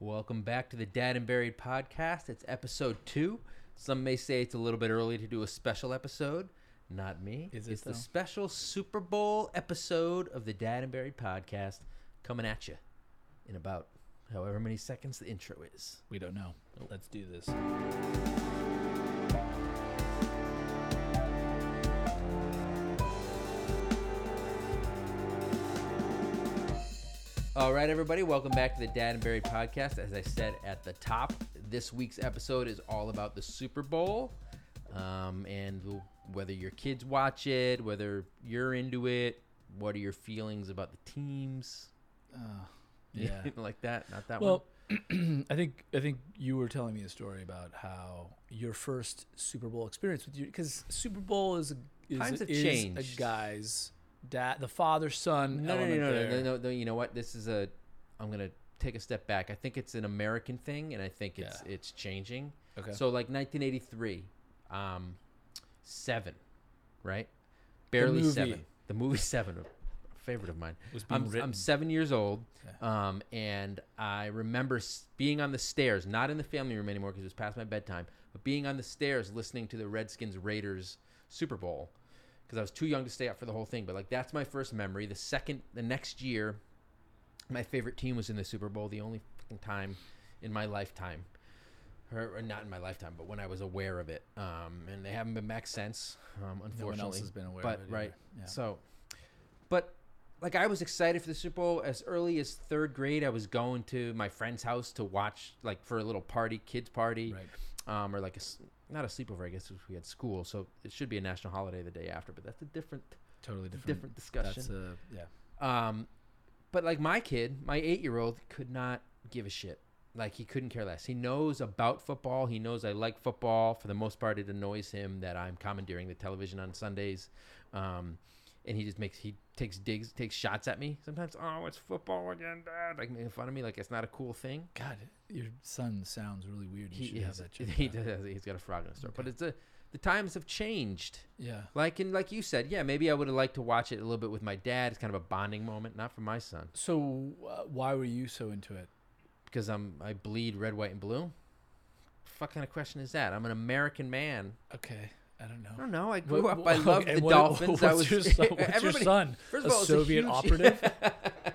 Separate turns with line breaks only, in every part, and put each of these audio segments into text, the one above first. Welcome back to the Dead and Buried podcast. It's episode two. Some may say it's a little bit early to do a special episode. Not me.
Is it,
it's
though?
the special Super Bowl episode of the Dad and Buried podcast coming at you in about however many seconds the intro is.
We don't know. Let's do this.
All right, everybody, welcome back to the Dad and Buried podcast. As I said at the top, this week's episode is all about the Super Bowl um, and whether your kids watch it, whether you're into it, what are your feelings about the teams?
Uh, yeah.
like that, not that
well, I think I think you were telling me a story about how your first Super Bowl experience with you because Super Bowl is a, is,
Times have
is
changed.
a guy's dad, the father son.
one. No, no, no,
element
no, no,
there.
no, no, no. You know what? This is a. I'm gonna take a step back. I think it's an American thing, and I think it's
Yeah.
it's changing.
Okay.
So like 1983, um, seven, right?
The
Barely
movie.
seven. The movie Seven, a favorite of mine.
was being
I'm,
written.
I'm seven years old,
Okay.
um, and I remember s- being on the stairs, not in the family room anymore because it was past my bedtime, but being on the stairs listening to the Redskins Raiders Super Bowl because I was too young to stay up for the whole thing. But like that's my first memory. The second, the next year, my favorite team was in the Super Bowl. The only fucking time in my lifetime, or, or not in my lifetime, but when I was aware of it. Um, and they haven't been back since, um, unfortunately.
no one else has been aware
but
of it.
right.
either. Yeah.
So, but like I was excited for the Super Bowl as early as third grade. I was going to my friend's house to watch like for a little party, kids party,
right.
um, or like a s- not a sleepover. I guess 'cause we had school, so it should be a national holiday the day after. But that's a different
Totally
different,
different.
discussion.
That's a yeah.
Um, but like my kid, my eight year old could not give a shit. Like he couldn't care less. He knows about football. He knows I like football. For the most part, it annoys him that I'm commandeering the television on Sundays, um, and he just makes he takes digs, takes shots at me sometimes. Oh, it's football again, Dad! Like making fun of me, like it's not a cool thing.
God, your son sounds really weird. You
He,
should
has,
have that. checked
he
out.
does. He's got a frog in his throat. But
Okay.
it's a the times have changed.
Yeah.
Like and like you said, yeah, maybe I would have liked to watch it a little bit with my dad. It's kind of a bonding moment, not for my son.
So uh, why were you so into it?
because I'm I bleed red, white, and blue. What kind of question is that? I'm an American man.
Okay, I don't know.
I don't know. I grew
What-
up. I
what-
loved
and
the
what-
dolphins. I was
what's your son, what's your
everybody-
son?
First
a
of all, it's
Soviet
huge-
operative?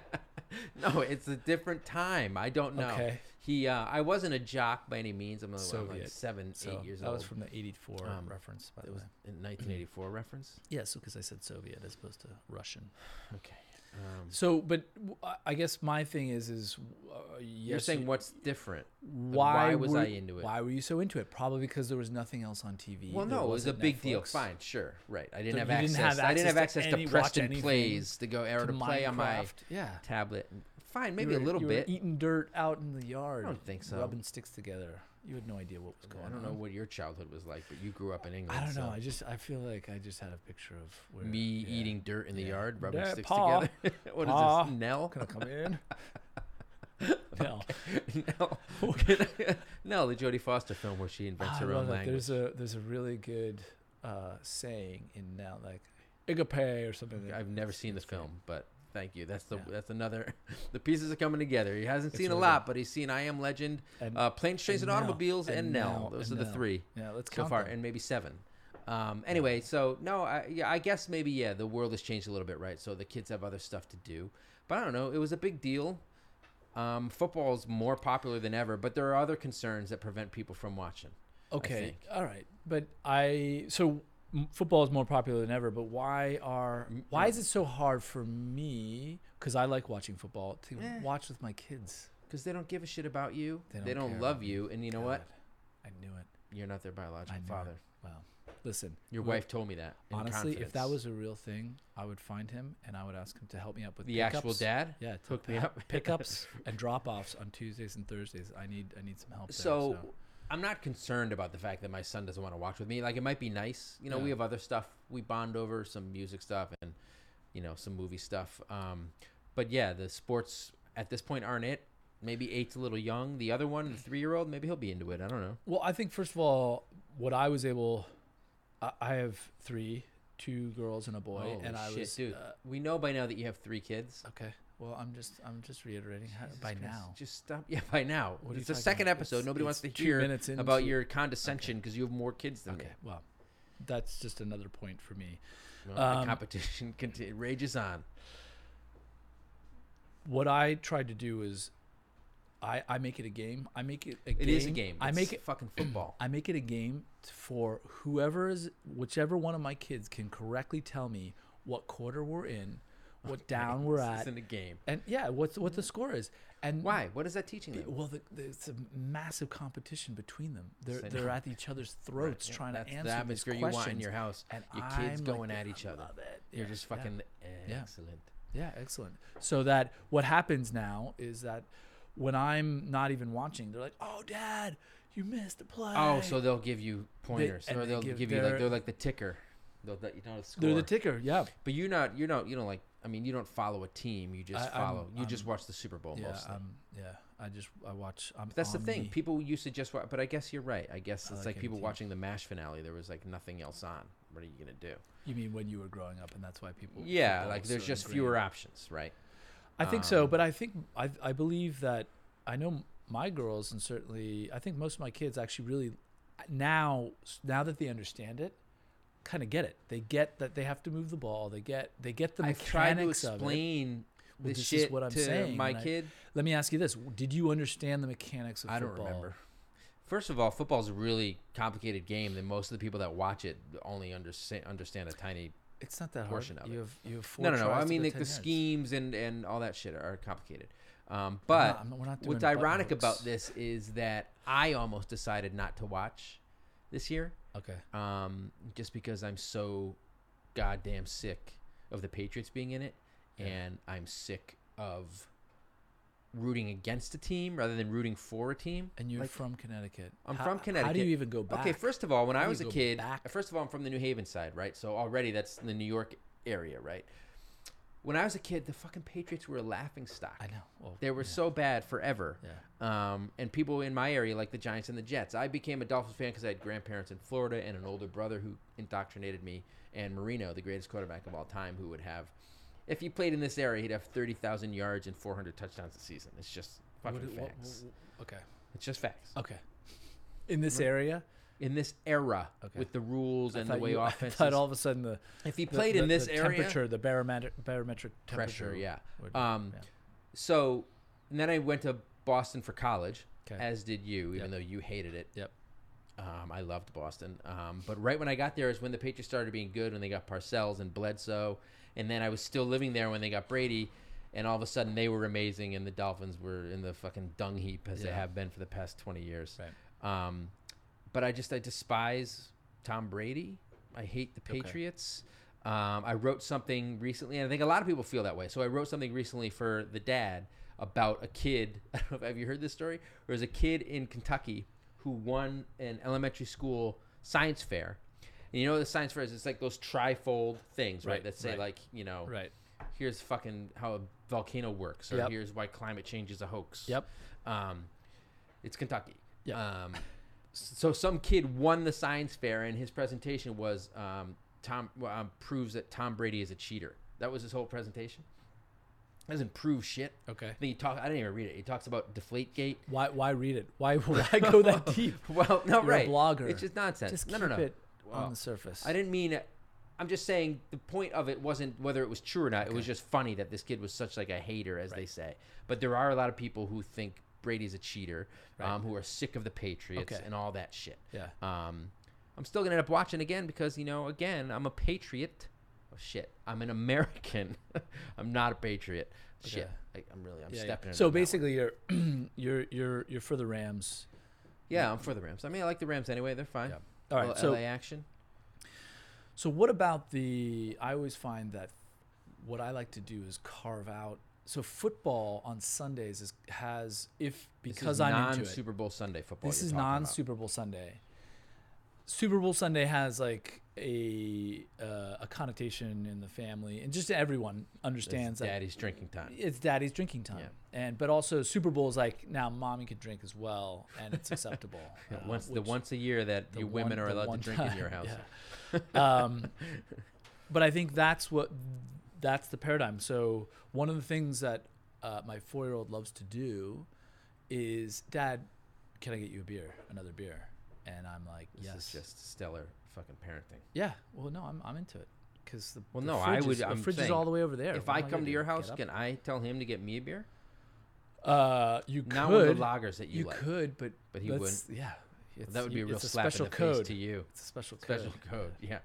no, it's a different time. I don't know.
Okay,
He, uh, I wasn't a jock by any means. I'm, a, I'm like
Soviet.
seven,
so
eight years
that
old.
was from the '84
Um,
reference, by
That
the
was
way.
in 1984 reference.
Yeah, so because I said Soviet as opposed to Russian.
Okay. Um,
So, but w- I- I guess my thing is, is uh, yes,
you're saying
you-
what's different?
why,
why was
were-
I into it?
Why were you so into it? Probably because there was nothing else on TV.
Well,
There
no, it was a
wasn't
big deal.
Netflix.
Fine, sure, right. I didn't
So
have
you
access.
didn't have
I didn't have
access to
access to,
any- watch
Preston
anything,
plays to go or
To
to play on my
Minecraft, yeah.
tablet. Fine,
You
maybe a
were-
little
you
bit.
Were eating dirt out in the yard.
don't think so.
Rubbing sticks together. You had no idea what was going on.
I don't know what your childhood was like, but you grew up in England.
I don't know.
so
I just I feel like I just had a picture of where,
me
yeah.
eating dirt in the
Yeah.
yard, rubbing
Yeah,
sticks
Pa.
together. what is
Pa.
this, Nell?
Can I come in? no,
Nell, Nell, the Jodie Foster film where she invents
Ah, I
her
love
own
that.
language.
There's a there's a really good uh, saying in now like Igape or something. that-
I've never seen the
it's great.
film, but thank you. That's the
Yeah.
that's another. the pieces are coming together. He hasn't
It's
seen a
really
lot,
good.
but he's seen I Am Legend,
And,
uh, Planes, Trains, and,
and Nell.
Automobiles, and,
And
Nell.
Nell.
Those
And
are the
Nell.
three.
yeah, let's
so
count
far,
them.
and maybe seven. Um, anyway, so no, I, yeah, I guess maybe yeah, the world has changed a little bit, right? So the kids have other stuff to do, but I don't know. It was a big deal. Um, football is more popular than ever, but there are other concerns that prevent people from watching.
okay,
think.
all right. But I so m- football is more popular than ever. But why are
M-
why
yeah.
is it so hard for me? Because I like watching football to
Eh.
watch with my kids.
Because they don't give a shit about you. They
They
don't,
don't care
love
about
you, and you know what?
I knew it.
You're not their biological
I knew it.
father.
Wow. Listen,
Your
we-
wife told me that. in
Honestly, if that
confidence.
was a real thing, I would find him and I would ask him to help me up with
the
pickups.
actual dad,
Yeah, to
hook me
pa-
up.
pickups and drop offs on Tuesdays and Thursdays. I need I need some help. There,
so I'm not concerned about the fact that my son doesn't want to watch with me. Like it might be nice, you know. We
Yeah.
have other stuff we bond over, some music stuff and you know some movie stuff. Um, but yeah, the sports at this point aren't it. Maybe eight's a little young. The other one, the three-year-old, maybe he'll be into it. I don't know.
well, I think first of all, what I was able, I, I have three, two girls and a boy,
Holy
and I
shit,
was
dude.
uh,
we know by now that you have three kids.
okay. Well, I'm just I'm just reiterating how,
Jesus
by
Christ,
now.
Just stop. Yeah, by now.
What are you
it's the
talking
second
about?
episode.
It's-
Nobody wants to
it's two
hear
minutes
about
into-
your condescension because you have more kids than
Okay,
me.
well, that's just another point for me.
Well, the
Um,
competition conti- rages on.
What I tried to do is, I I make it a game. I make it a
It
game.
is a game.
I
It's
make it.
fucking football.
I make it a game t- for whoever is whichever one of my kids can correctly tell me what quarter we're in, what down we're
This
at,
isn't a game.
and yeah, what's what the score is. And
Why? What is that teaching
Be-
them?
Well, the, the, it's a massive competition between them. They're
Say
they're
no.
at each other's throats
Yeah,
trying
that's
to answer
the
these
atmosphere you
questions.
want in your house.
and
your kids
I'm like,
going at
"Yeah,
each
I
other.
love it."
You're
Yeah,
just
yeah.
fucking
Yeah.
excellent.
Yeah, excellent. So that what happens now is that when I'm not even watching, they're like, "Oh, Dad, you missed the play."
Oh, so they'll give you pointers,
and
or
they
they'll give,
give
you like
their-
they're like the ticker. They'll let you know the score.
they're the ticker. Yeah,
but you're not. You're not. You don't like. I mean, you don't follow a team. You just
I- I'm-
follow. you just
I'm-
watch the Super Bowl
yeah,
mostly.
um, yeah. I just I watch. I'm
But that's the
on
thing.
the-
People used to just watch. But I guess you're right. I guess
I
it's like
like any
people
team.
watching the Mash finale. There was like nothing else on. What are you gonna do?
you mean when you were growing up, and that's why people.
Yeah,
football
like
was
there's
so
just
ingrained.
fewer options, right?
I think so,
Um,
but I think I I believe that I know my girls and certainly I think most of my kids actually really now now that they understand it kind of get it. They get that they have to move the ball. They get they get the
I've tried to
mechanics of it.
explain
Well,
this,
this is
shit
what I'm
to
saying,
my
and I-
kid.
Let me ask you this: Did you understand the mechanics of
I don't
football?
remember. First of all, football's a really complicated game that most of the people that watch it only understand understand a tiny.
It's not that hard.
Portion of
you
it.
have you have four.
No, no, no.
tries
I
to
mean,
go
like the
10 yards.
schemes and and all that shit are complicated. Um,
I'm
but
not- I'm not- we're not doing
what's
button
ironic
hooks.
about this is that I almost decided not to watch this year,
Okay.
um, just because I'm so goddamn sick of the Patriots being in it,
Yeah.
and I'm sick of rooting against a team rather than rooting for a team.
And you're
Like-
from Connecticut.
I'm
How-
from
How do
Connecticut.
you even go back?
Okay, first of all, when
How
I
do
was a
you go
kid,
back?
first of all, I'm from the New Haven side, right? So already that's the New York area, right? When I was a kid, the fucking Patriots were a laughing stock.
I know. Well,
They were
yeah,
so bad forever.
Yeah.
Um, and people in my area like the Giants and the Jets. I became a Dolphins fan because I had grandparents in Florida and an older brother who indoctrinated me, and Marino, the greatest quarterback of all time, who would have, if he played in this area, he'd have 30,000 yards and 400 touchdowns a season. It's just fucking
What- what-
facts.
what- okay.
it's just facts.
Okay. In this area,
In this era,
Okay.
with the rules and
I
the
thought
way
you-
offense
I thought all of a sudden the
If he
the-
played
the-
in this
the
area,
temperature, the barometric barometric temperature,
pressure, yeah.
would-
Um,
yeah.
So, and then I went to Boston for college,
'Kay.
as did you, even
Yep.
though you hated it.
Yep.
Um, I loved Boston. Um, but right when I got there is when the Patriots started being good, when they got Parcells and Bledsoe. And then I was still living there when they got Brady. And all of a sudden, they were amazing, and the Dolphins were in the fucking dung heap as they
Yeah.
have been for the past 20 years.
Right.
Um, but I just I despise Tom Brady. I hate the
Okay.
Patriots. Um, I wrote something recently, and I think a lot of people feel that way. So I wrote something recently for the dad about a kid. I don't know if have you heard this story? There was a kid in Kentucky who won an elementary school science fair. And you know what the science fair is? It's like those trifold things, right?
Right,
that say
right.
like you know,
Right.
here's fucking how a volcano works, or
Yep.
here's why climate change is a hoax.
Yep.
Um, it's Kentucky.
Yep.
Um, so some kid won the science fair, and his presentation was um, Tom well, um, proves that Tom Brady is a cheater. That was his whole presentation. Doesn't prove shit.
Okay.
I think he talk. I didn't even read it. He talks about Deflategate.
Why why read it? Why why go that deep?
Well, no,
You're a
right.
blogger.
It's just nonsense.
Just
no,
keep
no, no.
it
Well,
on the surface.
I didn't mean. I'm just saying the point of it wasn't whether it was true or not. It was just funny that this kid was such like a hater, as they say. But there are a lot of people who think Brady's a cheater, um, who are sick of the Patriots
Okay.
and all that shit.
Yeah.
Um, I'm still gonna end up watching again because you know, again, I'm a patriot. Oh shit, I'm an American. I'm not a patriot. Shit, I, I'm really. I'm
Yeah, yeah.
stepping. it
So
on that one.
basically, you're you're you're you're for the Rams.
yeah, I'm for the Rams. I mean, I like the Rams anyway. They're fine.
Yeah. All right.
Little
so
LA action.
So what about the? I always find that what I like to do is carve out. So football on Sundays is has if
this
because
is
I'm
non
into it.
Super Bowl Sunday football.
This
you're
is
talking
non
about.
Super Bowl Sunday. Super Bowl Sunday has like a uh, a connotation in the family, and just everyone
This is
understands that
Daddy's drinking time.
it's daddy's drinking time. And but also Super Bowl is like now mommy can drink as well, and it's acceptable. uh,
once the
which-
once a year that
the
you women
one-
are
the
allowed to
one
drink in your
time,
house.
yeah. um, but I think that's what that's the paradigm. So one of the things that uh, my four year old loves to do is, Dad, can I get you a beer, another beer? And I'm like,
This
yes.
is just stellar fucking parenting.
yeah. Well, no, I'm I'm into it because the
Well,
the
no, I
fridge
would-
Is, the
I'm
fridge is
saying,
all the way over there.
if
What
I
am gonna
come to
do?
your
Get
house,
up?
can I tell him to get me a beer?
uh, you could
Not one of the lagers that you,
you
like.
could, but
But he
that's-
wouldn't.
Yeah,
Well, that would be a
you-
real
it's
slap in
special
the
code.
face to you.
It's a special code.
Special code, yeah.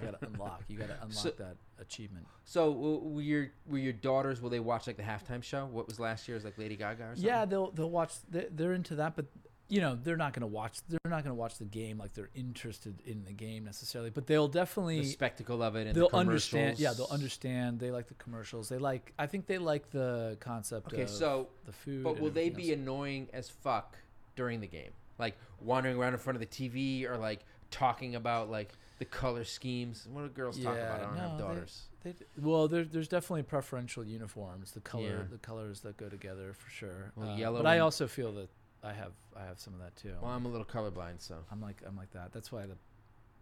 You gotta unlock. You gotta unlock
So-
that achievement.
So, w- were your were your daughters? Will they watch like the halftime show? What was last year's like Lady Gaga or something?
Yeah, they'll they'll watch. They're, they're into that, but you know they're not gonna watch. They're not gonna watch the game like they're interested in the game necessarily. But they'll
the
definitely
spectacle of it and
they'll
the
understand. Yeah, they'll
commercials.
understand. They like the commercials. They like. I think they like the concept.
Okay,
of
so
the food.
But
and
will they
everything
be annoying as fuck during the game? Like wandering around in front of the TV or like talking about like the color schemes. What do girls talk
Yeah,
about? I don't have
no, they-
daughters.
They, d- well, there, there's definitely preferential uniforms, the color,
Yeah.
the colors that go together for sure.
Well,
Uh,
yellow
But I
and-
also feel that I have I have some of that too.
Well, I'm a little colorblind, so.
I'm like I'm like that. That's why the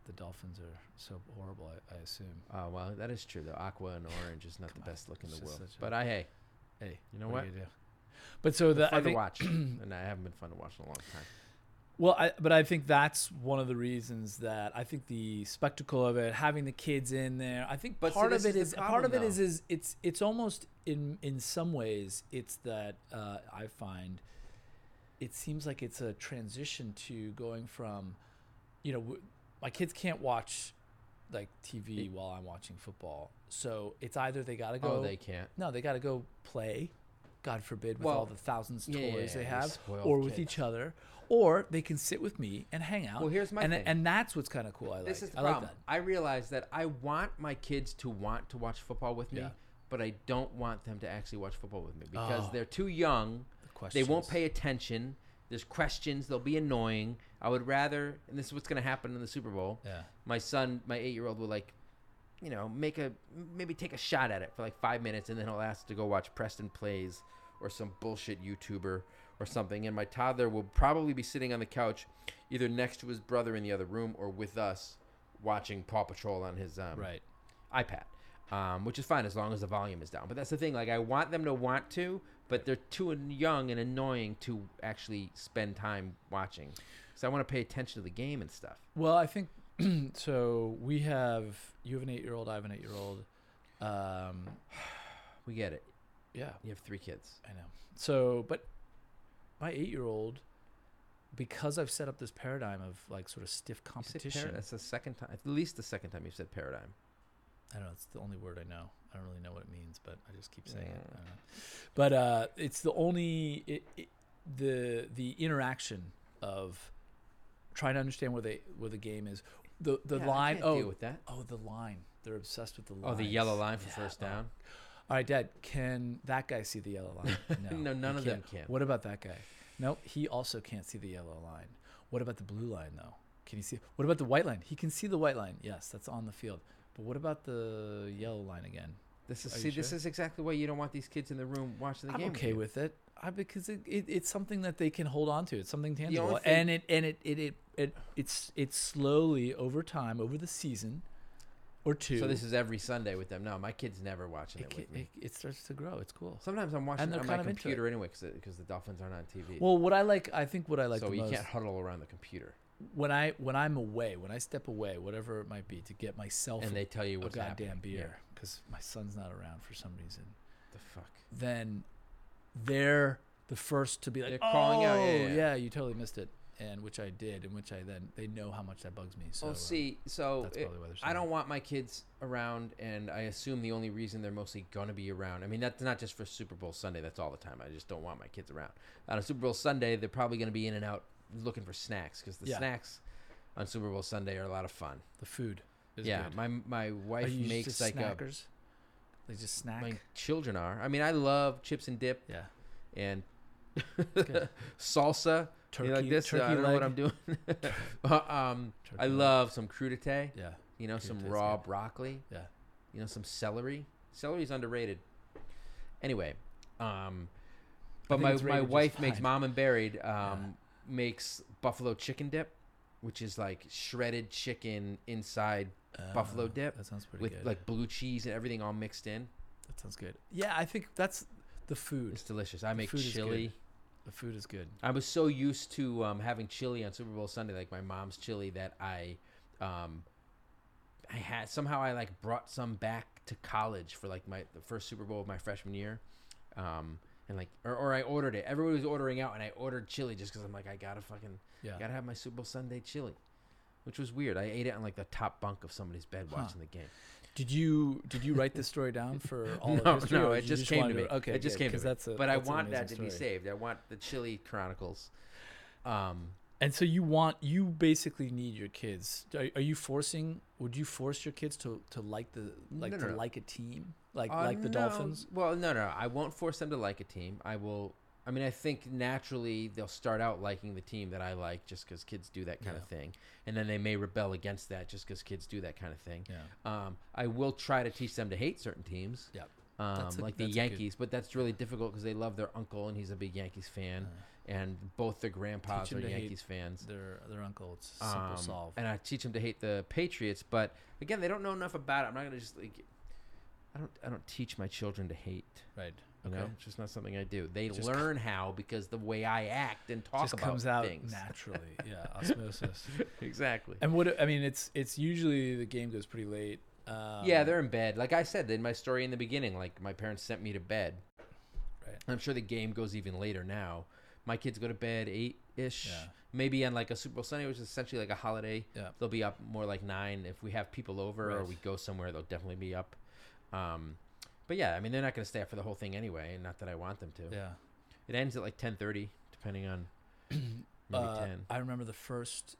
the dolphins are so horrible. I, I assume.
Oh well, that is true. though. aqua and orange is not the
Come on,
best look in
it's
the
just
world.
such a-
But I hey,
Hey,
you know what?
what do you do? But so the
fun
I
to
think,
watch, and I haven't been fun to watch in a long time.
Well, I, but I think that's one of the reasons that I think the spectacle of it, having the kids in there, I think
But see,
part of
this
it
is the
is, part
problem,
of it is
though.
is it's it's almost in in some ways it's that uh, I find it seems like it's a transition to going from, you know, w- my kids can't watch like TV while I'm watching football, so it's either they gotta go
Oh, they can't.
no, they got to go play. God forbid, with all
Well,
the thousands of
yeah, yeah,
toys
yeah,
they
you
have,
spoiled
or with
kid.
each other, or they can sit with me and hang out.
Well, here's my
and,
thing.
and that's what's kind of cool. I like.
This is the
I
problem.
like that.
I realize that I want my kids to want to watch football with me,
Yeah.
but I don't want them to actually watch football with me because
Oh.
they're too young.
The
They won't
questions.
pay attention. There's questions. They'll be annoying. I would rather, and this is what's going to happen in the Super Bowl.
Yeah.
My son, my eight-year-old, will like, you know, make a maybe take a shot at it for like five minutes, and then he'll ask to go watch Preston plays or some bullshit YouTuber or something. And my toddler will probably be sitting on the couch, either next to his brother in the other room or with us, watching Paw Patrol on his um,
Right.
iPad, um, which is fine as long as the volume is down. But that's the thing. Like, I want them to want to, but they're too an- young and annoying to actually spend time watching. So I want to pay attention to the game and stuff.
Well, I think so. We have you have an eight-year-old. I have an eight-year-old. Um,
We get it.
yeah,
You have three kids.
I know. So, but my eight-year-old, because I've set up this paradigm of like sort of stiff
You said
competition.
para- that's the second time, at least the second time you've said paradigm.
I don't know. It's the only word I know. I don't really know what it means, but I just keep saying it.
Yeah.
I don't know. But uh, it's the only it, it, the the interaction of trying to understand where they where the game is. The the
Yeah, I
line.
can't deal
Oh,
with that.
oh, the line. They're obsessed with the Oh, line.
Oh, the yellow line for first down.
All right, Dad. Can that guy see the yellow line? No,
No,
he
none of them can.
can't. What about that guy? No, he also can't see the yellow line. What about the blue line though? Can he see? What about the white line? He can see the white line. Yes, that's on the field. But what about the yellow line again?
This is
Are you
see, this
sure?
is exactly why you don't want these kids in the room watching the
I'm
game.
okay
you.
with it. I because it, it, it's something that they can hold on to. It's something
only
tangible,
thing-
and it and it it it, it it's it's slowly over time over the season or two.
So this is every Sunday with them. No, my kid's never watching
it,
it,
ca-
with me.
it, it starts to grow. It's cool.
Sometimes I'm watching
And
it
they're
on my
kind of into it.
computer anyway because the Dolphins aren't on TV.
Well, what I like, I think what I like
so
the
you
most
can't huddle around the computer
when I when I'm away, when I step away, whatever it might be, to get myself
and
a,
they tell you
a
what's
Oh, goddamn
happening. Yeah.
beer because my son's not around for some reason,
The fuck.
then they're the first to be like,
They're
oh,
calling out, yeah, yeah, yeah."
yeah, you totally missed it, and which I did, and which I then they know how much that bugs me. So
well,
uh,
see, so
that's
it-
probably why they're
I
saying
don't want my kids around, and I assume the only reason they're mostly gonna be around. I mean, that's not just for Super Bowl Sunday. That's all the time. I just don't want my kids around on a Super Bowl Sunday. They're probably gonna be in and out looking for snacks because the
Yeah.
snacks on Super Bowl Sunday are a lot of fun.
the food. Is
yeah,
good.
my my
Are
wife
you
makes
just
like a.
snackers. They just snack.
My children are. I mean, I love chips and dip
yeah,
and
good.
salsa. You
turkey,
like this? uh,
turkey
I don't know
leg.
what I'm doing. Uh, um, I
Turkey leg.
love some crudité.
Yeah,
You know, some
Crudité's
raw
good.
broccoli.
Yeah.
You know, some celery. Celery's underrated. Anyway, um, but
think
my,
it's
my
rated just
wife makes
fine.
mom and buried um, makes buffalo chicken dip, which is like shredded chicken inside buffalo dip
Uh, That sounds pretty
with
good.
like blue cheese and everything all mixed in.
that sounds good. Yeah, I think that's the food.
It's delicious. I make
food is
chili.
good. The food is good.
I was so used to um, having chili on Super Bowl Sunday, like my mom's chili, that I, um, I had somehow I like brought some back to college for like my the first Super Bowl of my freshman year, um, and like or, or I ordered it. Everybody was ordering out, and I ordered chili just because I'm like I gotta fucking
Yeah.
gotta have my Super Bowl Sunday chili, which was weird. I ate it on like the top bunk of somebody's bed
Huh.
watching the game.
Did you did you write this story down for all
No,
of history?
no,
or
it
did you
just came to
wanted
me.
Okay,
It just came to
because
me.
that's a.
But I
that's an
want that to
amazing
be
story.
saved. I want the Chili Chronicles. Um,
And so you want you basically need your kids. Are, are you forcing? Would you force your kids to to like the like
No, no,
to
no.
like a team like
Uh,
like the
no.
Dolphins?
Well, no, no, I won't force them to like a team. I will. I mean, I think naturally they'll start out liking the team that I like, just because kids do that kind of thing, and then they may rebel against that, just because kids do that kind of thing.
Yeah.
Um, I will try to teach them to hate certain teams,
Yep.
um,
That's a-
like the
that's a good-
Yankees, but that's really difficult because they love their uncle and he's a big Yankees fan, and both their grandpas
Teach 'em
are
to hate
Yankees fans.
Their their uncle. It's a simple
Um,
solve.
And I teach them to hate the Patriots, but again, they don't know enough about it. I'm not gonna just like, I don't, I don't teach my children to hate.
Right.
You
Okay.
know, it's just not something I do. They
Just
learn how because the way I act and talk
Just
about
comes out
things.
naturally. Yeah. Osmosis.
exactly.
and what I mean, it's it's usually the game goes pretty late. Um,
yeah, they're in bed. Like I said in my story in the beginning, like my parents sent me to bed.
Right.
I'm sure the game goes even later now. My kids go to bed eight ish,
Yeah.
maybe on like a Super Bowl Sunday, which is essentially like a holiday.
Yeah.
They'll be up more like nine. If we have people over or
Right.
we go somewhere, they'll definitely be up. Um, but yeah, I mean they're not going to stay up for the whole thing anyway, and not that I want them to.
Yeah.
It ends at like ten thirty, depending on maybe
Uh,
ten.
I remember the first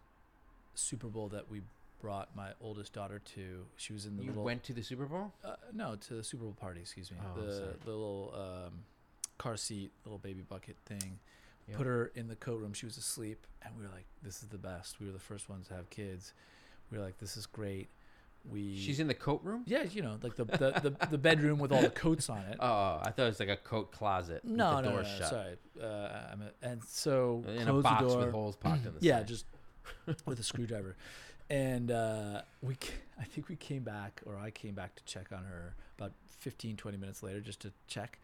Super Bowl that we brought my oldest daughter to. She was in the
You
little
went to the Super Bowl?
uh, no to the Super Bowl party. Excuse me,
Oh, I'm
the,
sorry.
the little um, car seat, little baby bucket thing.
Yeah.
Put her in the coat room. She was asleep, and we were like, "This is the best." We were the first ones to have kids. We were like, "This is great." We
She's in the coat room?
yeah, you know, like the the, the, the bedroom with all the coats on it.
Oh, I thought it was like a coat closet. with
no,
the
no,
door
no, no,
shut.
sorry. Uh, I'm a, and so
In a
close
box
the door.
with holes popped in the
yeah
side.
just with a screwdriver and uh, we ca- i think we came back or i came back to check on her about 15 20 minutes later just to check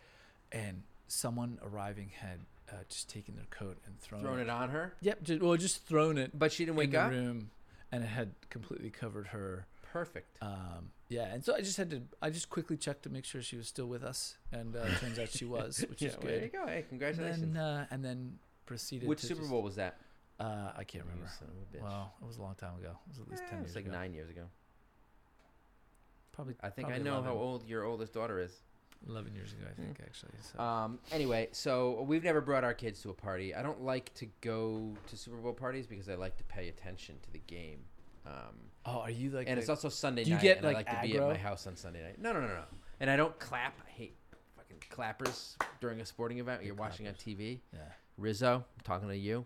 and someone arriving had uh, just taken their coat and thrown,
thrown it on her.
yep just, well just thrown it
But she didn't
in
wake
the
up.
room and it had completely covered her
Perfect.
um, yeah and so i just had to i just quickly checked to make sure she was still with us and uh, it turns out she was which
yeah,
is
well, there you
good
go. Hey,
and
congratulations.
then, uh, and then proceeded
Which
to
Super
just-
Bowl was that?
uh, i can't remember
You son of a bitch.
Wow, it was a long time ago. It was at least
Eh,
ten
it
years
was like
ago.
nine years ago.
Probably.
I think I
probably
know
11,
how Hmm. old your oldest daughter is.
Eleven years ago, I think actually. So.
Um, anyway, so we've never brought our kids to a party. I don't like to go to Super Bowl parties because I like to pay attention to the game. Um,
oh, are you like?
and
the-
it's also Sunday
Do you
night.
get,
and I
like,
like to be at my
aggro?
house on Sunday night. No, no, no, no. And I don't clap. I hate fucking clappers during a sporting event. You're watching on TV.
yeah.
Rizzo, I'm talking to you.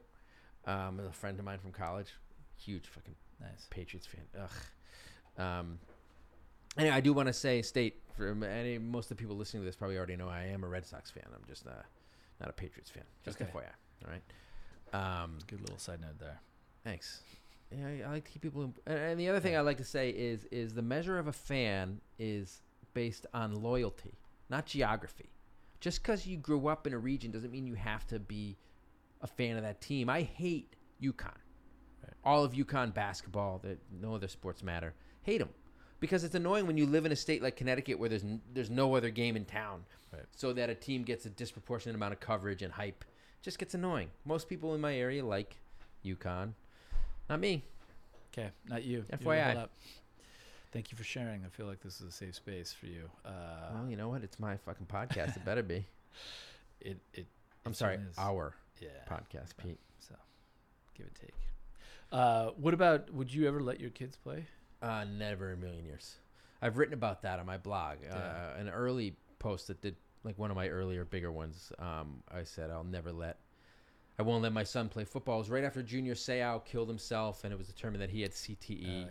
Um, a friend of mine from college, huge fucking
Nice.
Patriots fan. Ugh. Um, anyway, I do want to say, state for any most of the people listening to this probably already know I am a Red Sox fan. I'm just not, not a Patriots fan. Just
Okay.
FYI. All right. Um,
Good little side note there.
Thanks. Yeah, I- I like to keep people. In, and, and the other thing I like to say is is the measure of a fan is based on loyalty, not geography. Just because you grew up in a region doesn't mean you have to be a fan of that team. I hate UConn. All of UConn basketball, that no other sports matter. Hate them because it's annoying when you live in a state like Connecticut where there's n- there's no other game in town,
Right.
so that a team gets a disproportionate amount of coverage and hype. Just gets annoying. Most people in my area like UConn. Not me.
Okay, not you. You're
FYI.
held up. Thank you for sharing. I feel like this is a safe space for you. Uh,
well, you know what? It's my fucking podcast. It better be.
it it.
I'm
it
sorry,
certainly is.
our
yeah.
podcast, Pete.
So, give and take. Uh, what about? Would you ever let your kids play?
Uh, never in a million years. I've written about that on my blog.
Yeah.
Uh, an early post that did, like one of my earlier, bigger ones. Um, I said I'll never let, I won't let my son play football. It was right after Junior Seau killed himself, and it was determined that he had E.
Oh
CTE.
yeah.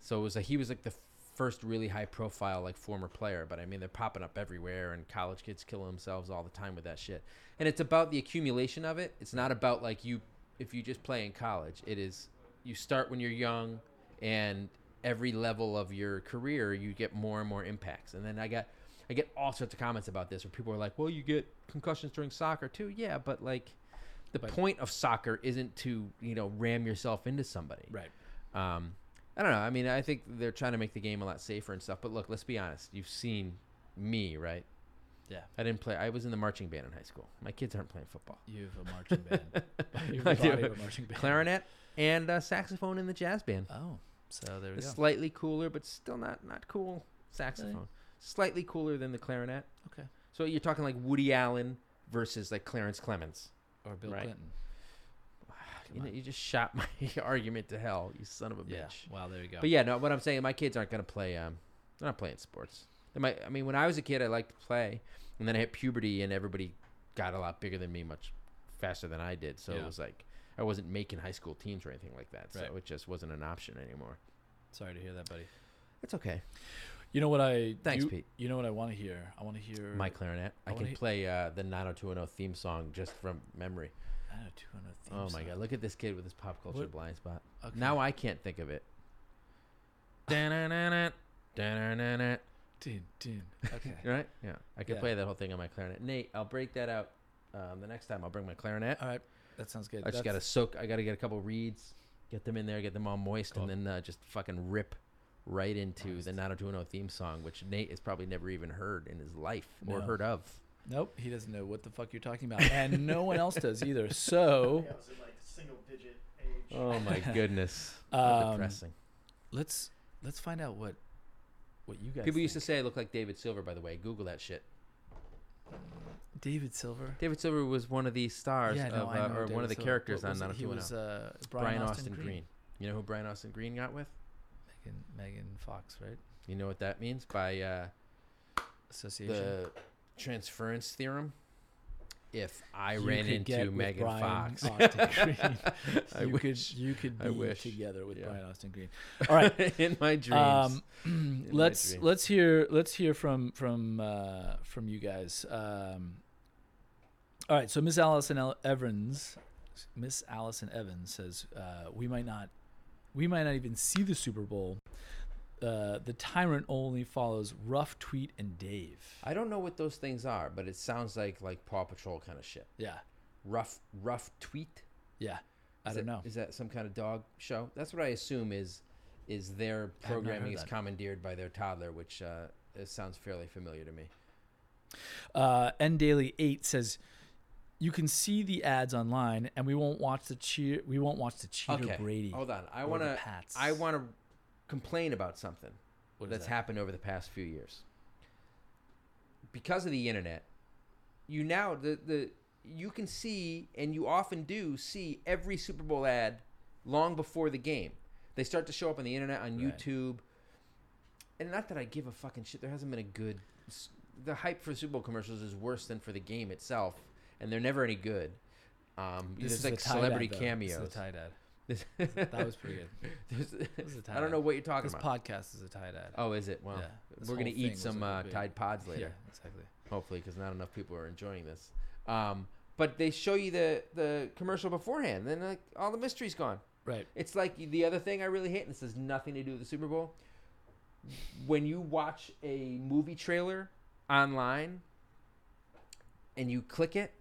So it was like he was like the first really high profile like former player, but I mean they're popping up everywhere and college kids kill themselves all the time with that shit. And it's about the accumulation of it. It's not about like you if you just play in college. It is you start when you're young and every level of your career, you get more and more impacts. And then I got I get all sorts of comments about this where people are like, "Well, you get concussions during soccer too." Yeah, but like the
But-
point of soccer isn't to, you know, ram yourself into somebody.
Right.
Um, I don't know. I mean, I think they're trying to make the game a lot safer and stuff. But look, let's be honest. You've seen me, right?
Yeah.
I didn't play. I was in the marching band in high school. My kids aren't playing football.
You have a marching band. you have
I
a
do.
body of a marching band.
Clarinet and uh, saxophone in the jazz band.
Oh, so there we
The
go.
slightly cooler, but still not not cool saxophone. Slightly cooler than the clarinet.
Okay.
So you're talking like Woody Allen versus like Clarence Clemens.
Or Bill
Right.
Clinton.
You,
Come
know,
on.
you just shot my argument to hell. You son of a
Yeah.
bitch.
Wow. There you go.
But yeah, no. What I'm saying, my kids aren't gonna play. Um, they're not playing sports. They might. I mean, when I was a kid, I liked to play, and then I hit puberty, and everybody got a lot bigger than me, much faster than I did. So it
Yeah.
was like I wasn't making high school teams or anything like that. So
Right.
it just wasn't an option anymore.
Sorry to hear that, buddy.
It's okay.
You know what I?
Thanks,
you,
Pete.
You know what I want to hear? I want to hear
My clarinet. I,
I
can
wanna he-
play uh, the 90210 theme song just from memory.
I don't know, 200 uh, theme
Oh my
song.
god! Look at this kid with his pop culture
What-
blind spot.
Okay.
Now I can't think of it. Da-na-na-na, da-na-na-na.
Dude, dude. Okay.
Right? Yeah. I could
Yeah.
play that whole thing on my clarinet. Nate, I'll break that out um, the next time. I'll bring my clarinet.
All right. That sounds good.
I just got to
That's-
soak. I got to get a couple reeds, get them in there, get them all moist,
Cool.
and then uh, just fucking rip right into
Moist.
the 90210 theme song, which Nate has probably never even heard in his life or
No.
heard of.
Nope. He doesn't know what the fuck you're talking about, and no one else does either. So
I was in like single digit age.
Oh my goodness. How
Um,
depressing.
let's let's find out what what you guys.
People used to say I look like David Silver, by the way. Google that shit.
to David Silver.
David Silver was one of the stars
Yeah, no,
of,
I
uh,
know
or one of
David
the
Silver.
characters
What
on
was it? He
90210.
was uh,
Brian, Austin, Green. You know who Brian Austin Green got with?
Megan Megan Fox, right?
You know what that means by uh,
Association.
the transference theorem. If I
You
ran
could get
into
with
Megan
Brian
Fox,
Austin Green.
I
you
wish
could you could be
I wish.
together with
Yeah.
Brian Austin Green. All right.
in my dreams.
Um,
my
let's
dreams.
let's hear let's hear from from uh, from you guys. Um, all right, so Miss Allison El- Evans, Miss Allison Evans says uh, we might not we might not even see the Super Bowl. Uh, the tyrant only follows rough tweet and Dave.
I don't know what those things are, but it sounds like like Paw Patrol kind of shit.
Yeah,
Rough, rough tweet.
yeah. I
Is
don't
that-
know.
Is that some kind of dog show? That's what I assume is is their
not heard
programming is
that.
commandeered by their toddler, which uh, it sounds fairly familiar to me.
Uh, N Daily Eight says you can see the ads online, and we won't watch the cheer. We won't watch the cheater Brady.
hold on. I
or the
want to.
Pats.
I want to complain about something
What is
that's
that?
happened over the past few years. Because of the internet, you now the the you can see and you often do see every Super Bowl ad long before the game. They start to show up on the internet on
Right.
YouTube. And not that I give a fucking shit. There hasn't been a good. s- The hype for Super Bowl commercials is worse than for the game itself, and they're never any good. Um,
This
there's
is
like
the tie-dad,
celebrity
though.
cameos.
This is a tie dad.
This-
That was pretty good.
There's-
is a
I don't know
tie-dye.
what you're talking
this
about.
podcast is a tie dad.
oh, is it? Well,
Yeah, this
we're
whole
gonna
thing
eat
was
some
like a
uh,
big-
Tide Pods
yeah,
later,
exactly.
hopefully, because not enough people are enjoying this. Um, but they show you the the commercial beforehand, then like all the mystery's gone.
Right.
It's like the other thing I really hate, and this has nothing to do with the Super Bowl. When you watch a movie trailer online and you click it,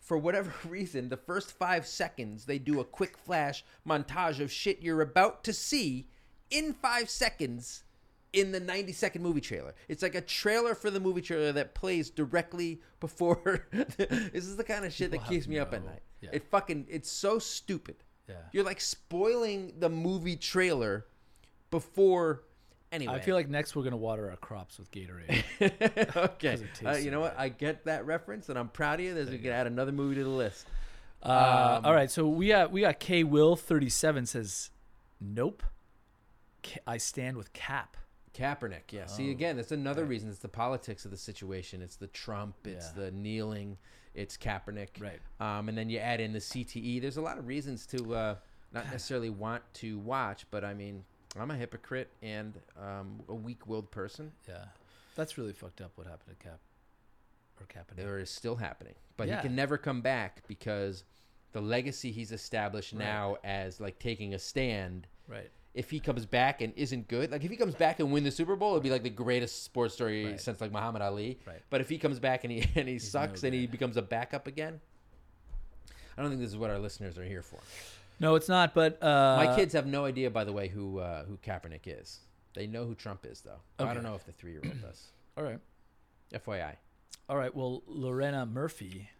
for whatever reason, the first five seconds they do a quick flash montage of shit you're about to see in five seconds in the 90 second movie trailer. It's like a trailer for the movie trailer that plays directly before. this is the kind of shit
People
that
have
keeps me up at
no-
night.
yeah.
It fucking, it's so stupid.
Yeah.
You're like spoiling the movie trailer before. Anyway,
I feel like next we're gonna water our crops with Gatorade.
like okay.
Doesn't taste
Uh, you
so
know what? I get that reference, and I'm proud of you. There's we can add another movie to the list.
uh,
Um,
all right. So we got we got K Will thirty seven says, nope. K- I stand with Cap.
Kaepernick. Yeah.
Oh,
See, again, that's another reason. It's the politics of the situation. It's the Trump. It's
Yeah.
the kneeling. It's Kaepernick.
Right.
Um, and then you add in the CTE. There's a lot of reasons to uh, not necessarily want to watch, but I mean, I'm a hypocrite and um, a weak-willed person.
Yeah. That's really fucked up. What happened to Cap? Or Cap?
or is still happening. But
Yeah.
he can never come back because the legacy he's established now as like taking a stand
Right.
if he comes back and isn't good, like if he comes back and win the Super Bowl, it'd be like the greatest sports story
Right.
since like Muhammad Ali.
Right.
But if he comes back and he and he sucks
no
and he
good.
becomes a backup again, I don't think this is what our listeners are here for.
No, it's not. But uh,
My kids have no idea, by the way, who uh, who Kaepernick is. They know who Trump is, though. I
Okay.
don't know if the three year old does.
All right,
FYI,
all right. Well, Lorena Murphy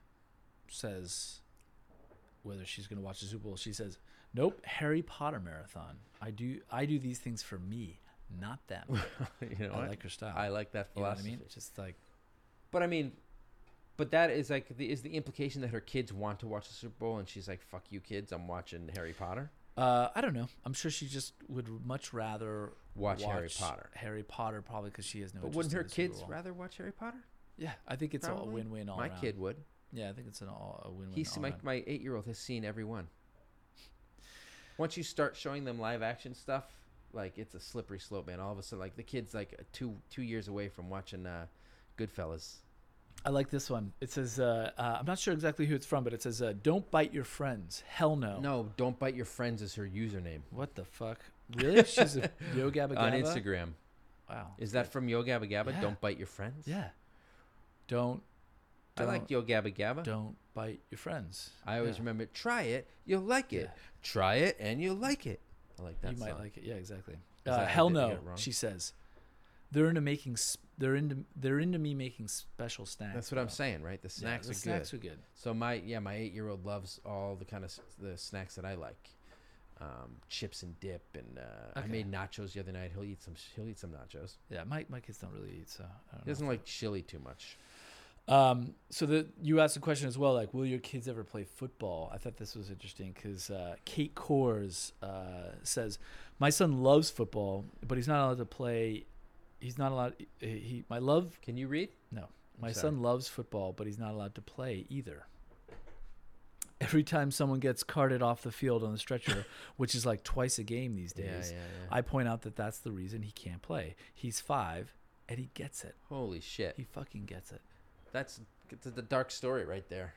says whether she's going to watch the Super Bowl. She says, "Nope, Harry Potter marathon. I do. I do these things for me, not them.
you know
I
what?
like her style.
I like that
you know what I
philosophy.
mean? Just like
But I mean, but that is like the, is the implication that her kids want to watch the Super Bowl, and she's like, "Fuck you, kids! I'm watching Harry Potter."
Uh, I don't know. I'm sure she just would much rather
Watch Harry Potter.
Harry Potter, probably because she has no.
But
interest
wouldn't
in
her
the Super
kids
Bowl.
rather watch Harry Potter?
Yeah, I think it's a
Probably.
win-win all
my
around.
kid would.
Yeah, I think it's an all a win-win.
He's
all
my,
around.
my eight year old has seen every one. Once you start showing them live action stuff, like it's a slippery slope, man. All of a sudden, like the kid's like two two years away from watching uh, Goodfellas.
I like this one. It says, uh, uh, I'm not sure exactly who it's from, but it says, uh, "Don't bite your friends. Hell no."
No, don't bite your friends is her username
What the fuck? Really? She's a Yo Gabba
on
Gabba?
Instagram.
Wow.
Is that from Yo Gabba Gabba?
Yeah.
Don't bite your friends.
Yeah. Don't.
I like
don't-
Yo Gabba Gabba.
Don't bite your friends.
I always
Yeah.
remember try it, you'll like it.
Yeah.
Try it and you'll like it. I like that
you might
song.
like it. Yeah, exactly.
that-
Uh,
I
hell
did- I
no,
got it wrong?
she says. They're into making. Sp- they're into. They're into me making special snacks.
That's what I'm
though.
saying, right? The
Yeah,
snacks
the
are good.
snacks are good.
So my yeah, my eight year old loves all the kind of s- the snacks that I like, um, chips and dip, and uh, I
Okay.
made nachos the other night. He'll eat some. sh- He'll eat some nachos.
Yeah, my, my kids don't really eat, so I don't
He doesn't
know.
like chili too much.
Um, so the you asked a question as well, like, will your kids ever play football? I thought this was interesting because uh, Kate Kors uh, says, my son loves football, but he's not allowed to play. He's not allowed. He, he my love
Can you read?
No. My
sorry.
son loves football, but he's not allowed to play either. Every time someone gets carted off the field on the stretcher, which is like twice a game these days, I point out that that's the reason he can't play. He's five and he gets it.
Holy shit,
He fucking gets it.
that's it's the dark story right there.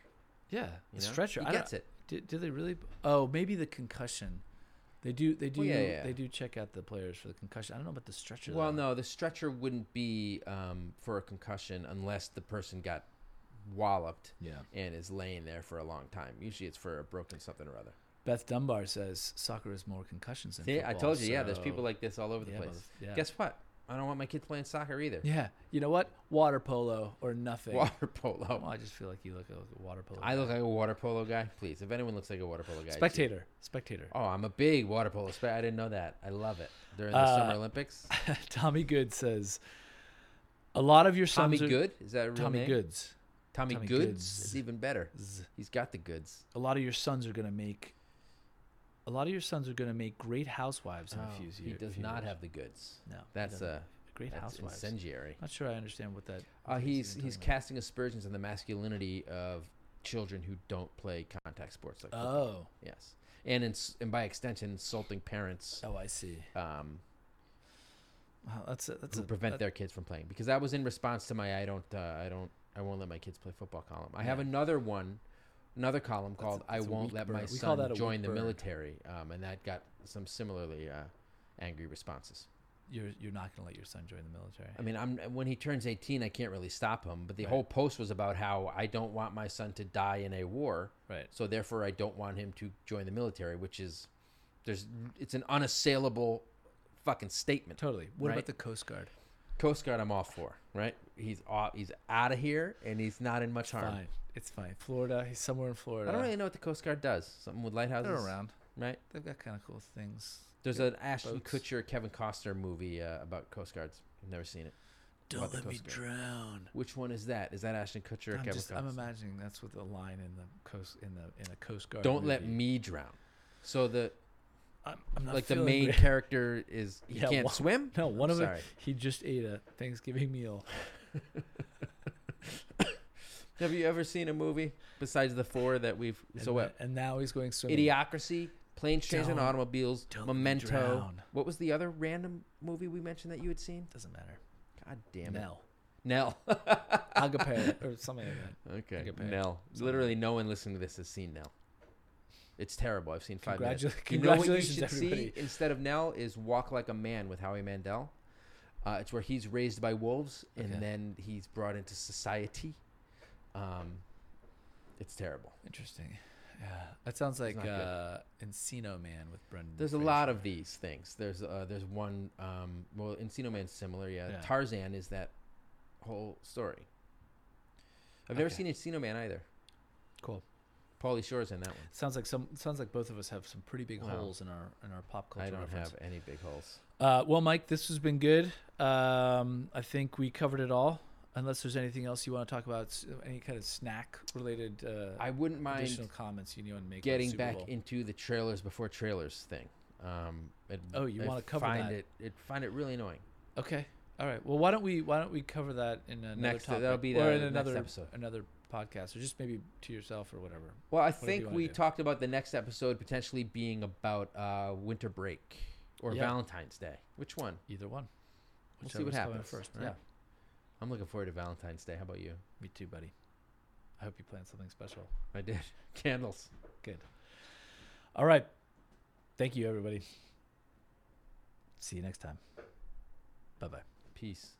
Yeah.
you
The
know?
stretcher.
He
I don't-
gets it.
Do, do they really? Oh, maybe the concussion. They do. They do.
Well, Oh, yeah, yeah, yeah.
They do check out the players for the concussion. I don't know about the stretcher.
Well,
though.
no, the stretcher wouldn't be um, for a concussion unless the person got walloped
Yeah.
and is laying there for a long time. Usually, it's for a broken something or other.
Beth Dunbar says soccer is more concussions than
See, I
football,
told you, yeah. There's
so-
people like this all over the
Yeah,
place.
motherf- yeah.
Guess what? I don't want my kids playing soccer either.
Yeah. You know what? Water polo or nothing.
Water polo.
Well, I just feel like you look like a water polo.
I look like a water polo guy. Please, if anyone looks like a water polo guy, it's you.
spectator. Spectator.
Oh, I'm a big water polo. Spe- I didn't know that. I love it during the
Uh,
Summer Olympics.
Tommy Good says a lot of your
Tommy
sons are
Good is that a real
Tommy
name?
Goods.
Tommy,
Tommy
Goods.
Goods.
is even better.
Z.
He's got the goods.
A lot of your sons are gonna make a lot of your sons are gonna make great housewives in a
Oh,
few years.
he does not have the goods.
no. he
That's
doesn't.
uh,
great
that's
housewives.
incendiary.
Not sure I understand what
Uh,
that what that's
he's
even
he's
talking
casting aspersions on the masculinity of children who don't play contact sports like
about.
football.
Oh.
Yes, and ins- and by extension, insulting parents
Oh I see.
um,
Wow, that's a, that's
who
a,
prevent
that-
their kids from playing. Because that was in response to my I don't uh, I don't I won't let my kids play football column. I have
Yeah.
another one, another column
That's a-
called I
that's a
won't
weak
let my
bird. We call that
son
a
join
weak
the
bird.
military, um, and that got some similarly uh, angry responses.
you're you're not gonna let your son join the military.
I mean, I'm when he turns 18, I can't really stop him. But the
Right.
whole post was about how I don't want my son to die in a war.
Right.
So therefore, I don't want him to join the military, which is there's it's an unassailable fucking statement.
Totally. What
Right.
about the Coast Guard?
Coast Guard, I'm all for. Right? He's off, he's out of here, and he's not in much harm.
Fine. It's fine. Florida. He's somewhere in
I
Florida.
don't really know what the Coast Guard does. Something with lighthouses,
They're around.
right?
They've got kind of cool things.
There's an Ashton
boats.
Kutcher, Kevin Costner movie uh, about Coast Guards. I've never seen it. About the Coast Guard.
drown.
Which one is that? Is that Ashton Kutcher or
I'm,
Kevin
just,
Costner?
I'm imagining that's what the line in the coast in the in a Coast Guard.
don't let
movie.
me drown. So the
I'm, I'm not
like the
feeling
main
great.
character is he
Yeah,
can't
wha-
swim.
No, one of them.
Sorry.
He just ate a Thanksgiving meal.
Have you ever seen a movie besides the four that we've?
And
so what?
tha- And now he's going swimming.
Idiocracy, Planes, Trains, and
Don't-
Automobiles,
don't let me
Memento.
drown.
What was the other random movie we mentioned that you had seen?
Doesn't matter.
God damn it,
Nell.
Nell.
Agape or something like that.
Okay,
Agape.
Nell.
Something.
Literally, no one listening to this has seen Nell. It's terrible. I've seen five minutes.
Congratu-
You know what you
congratulations,
should see
everybody.
instead of Nell is "Walk Like a Man" with Howie Mandel. Uh, it's where he's raised by wolves and
Okay.
then he's brought into society. Um, it's terrible.
Interesting. Yeah, that sounds like
not good.
uh, Encino Man with Brendan.
There's a
Fraser.
lot of these things. There's uh, there's one. Um, well, Encino Man's similar. Yeah.
Yeah.
Tarzan is that whole story. I've never
Okay.
seen Encino Man either.
Cool.
Paulie Shore's in that one.
Sounds like some. Sounds like both of us have some pretty big
Wow.
holes in our in our pop culture.
I don't
reference.
have any big holes.
Uh, well, Mike, this has been good. Um, I think we covered it all. Unless there's anything else you want to talk about, s- any kind of snack related uh,
I wouldn't mind
additional comments you want to make. about
getting
Super
back
Bowl.
into the trailers before trailers thing. Um, it-
Oh, you
I
wanna cover
find
that.
it? It find it really annoying.
Okay. All right. Well, why don't we why don't we cover that in another
Next,
topic,
that'll be
or
the
in
next
another
episode.
another podcast, or just maybe to yourself or whatever.
Well, I
do you
think
wanna
we
do?
talked about the next episode potentially being about uh, winter break or
Yeah.
Valentine's Day. Which one?
Either one.
We'll see what
Whichever's coming
happens,
first.
right?
Yeah.
I'm looking forward to Valentine's Day. How about you?
Me too, buddy. I hope you plan something special.
I did candles.
Good. All right. Thank you, everybody. See you next time. Bye bye.
Peace.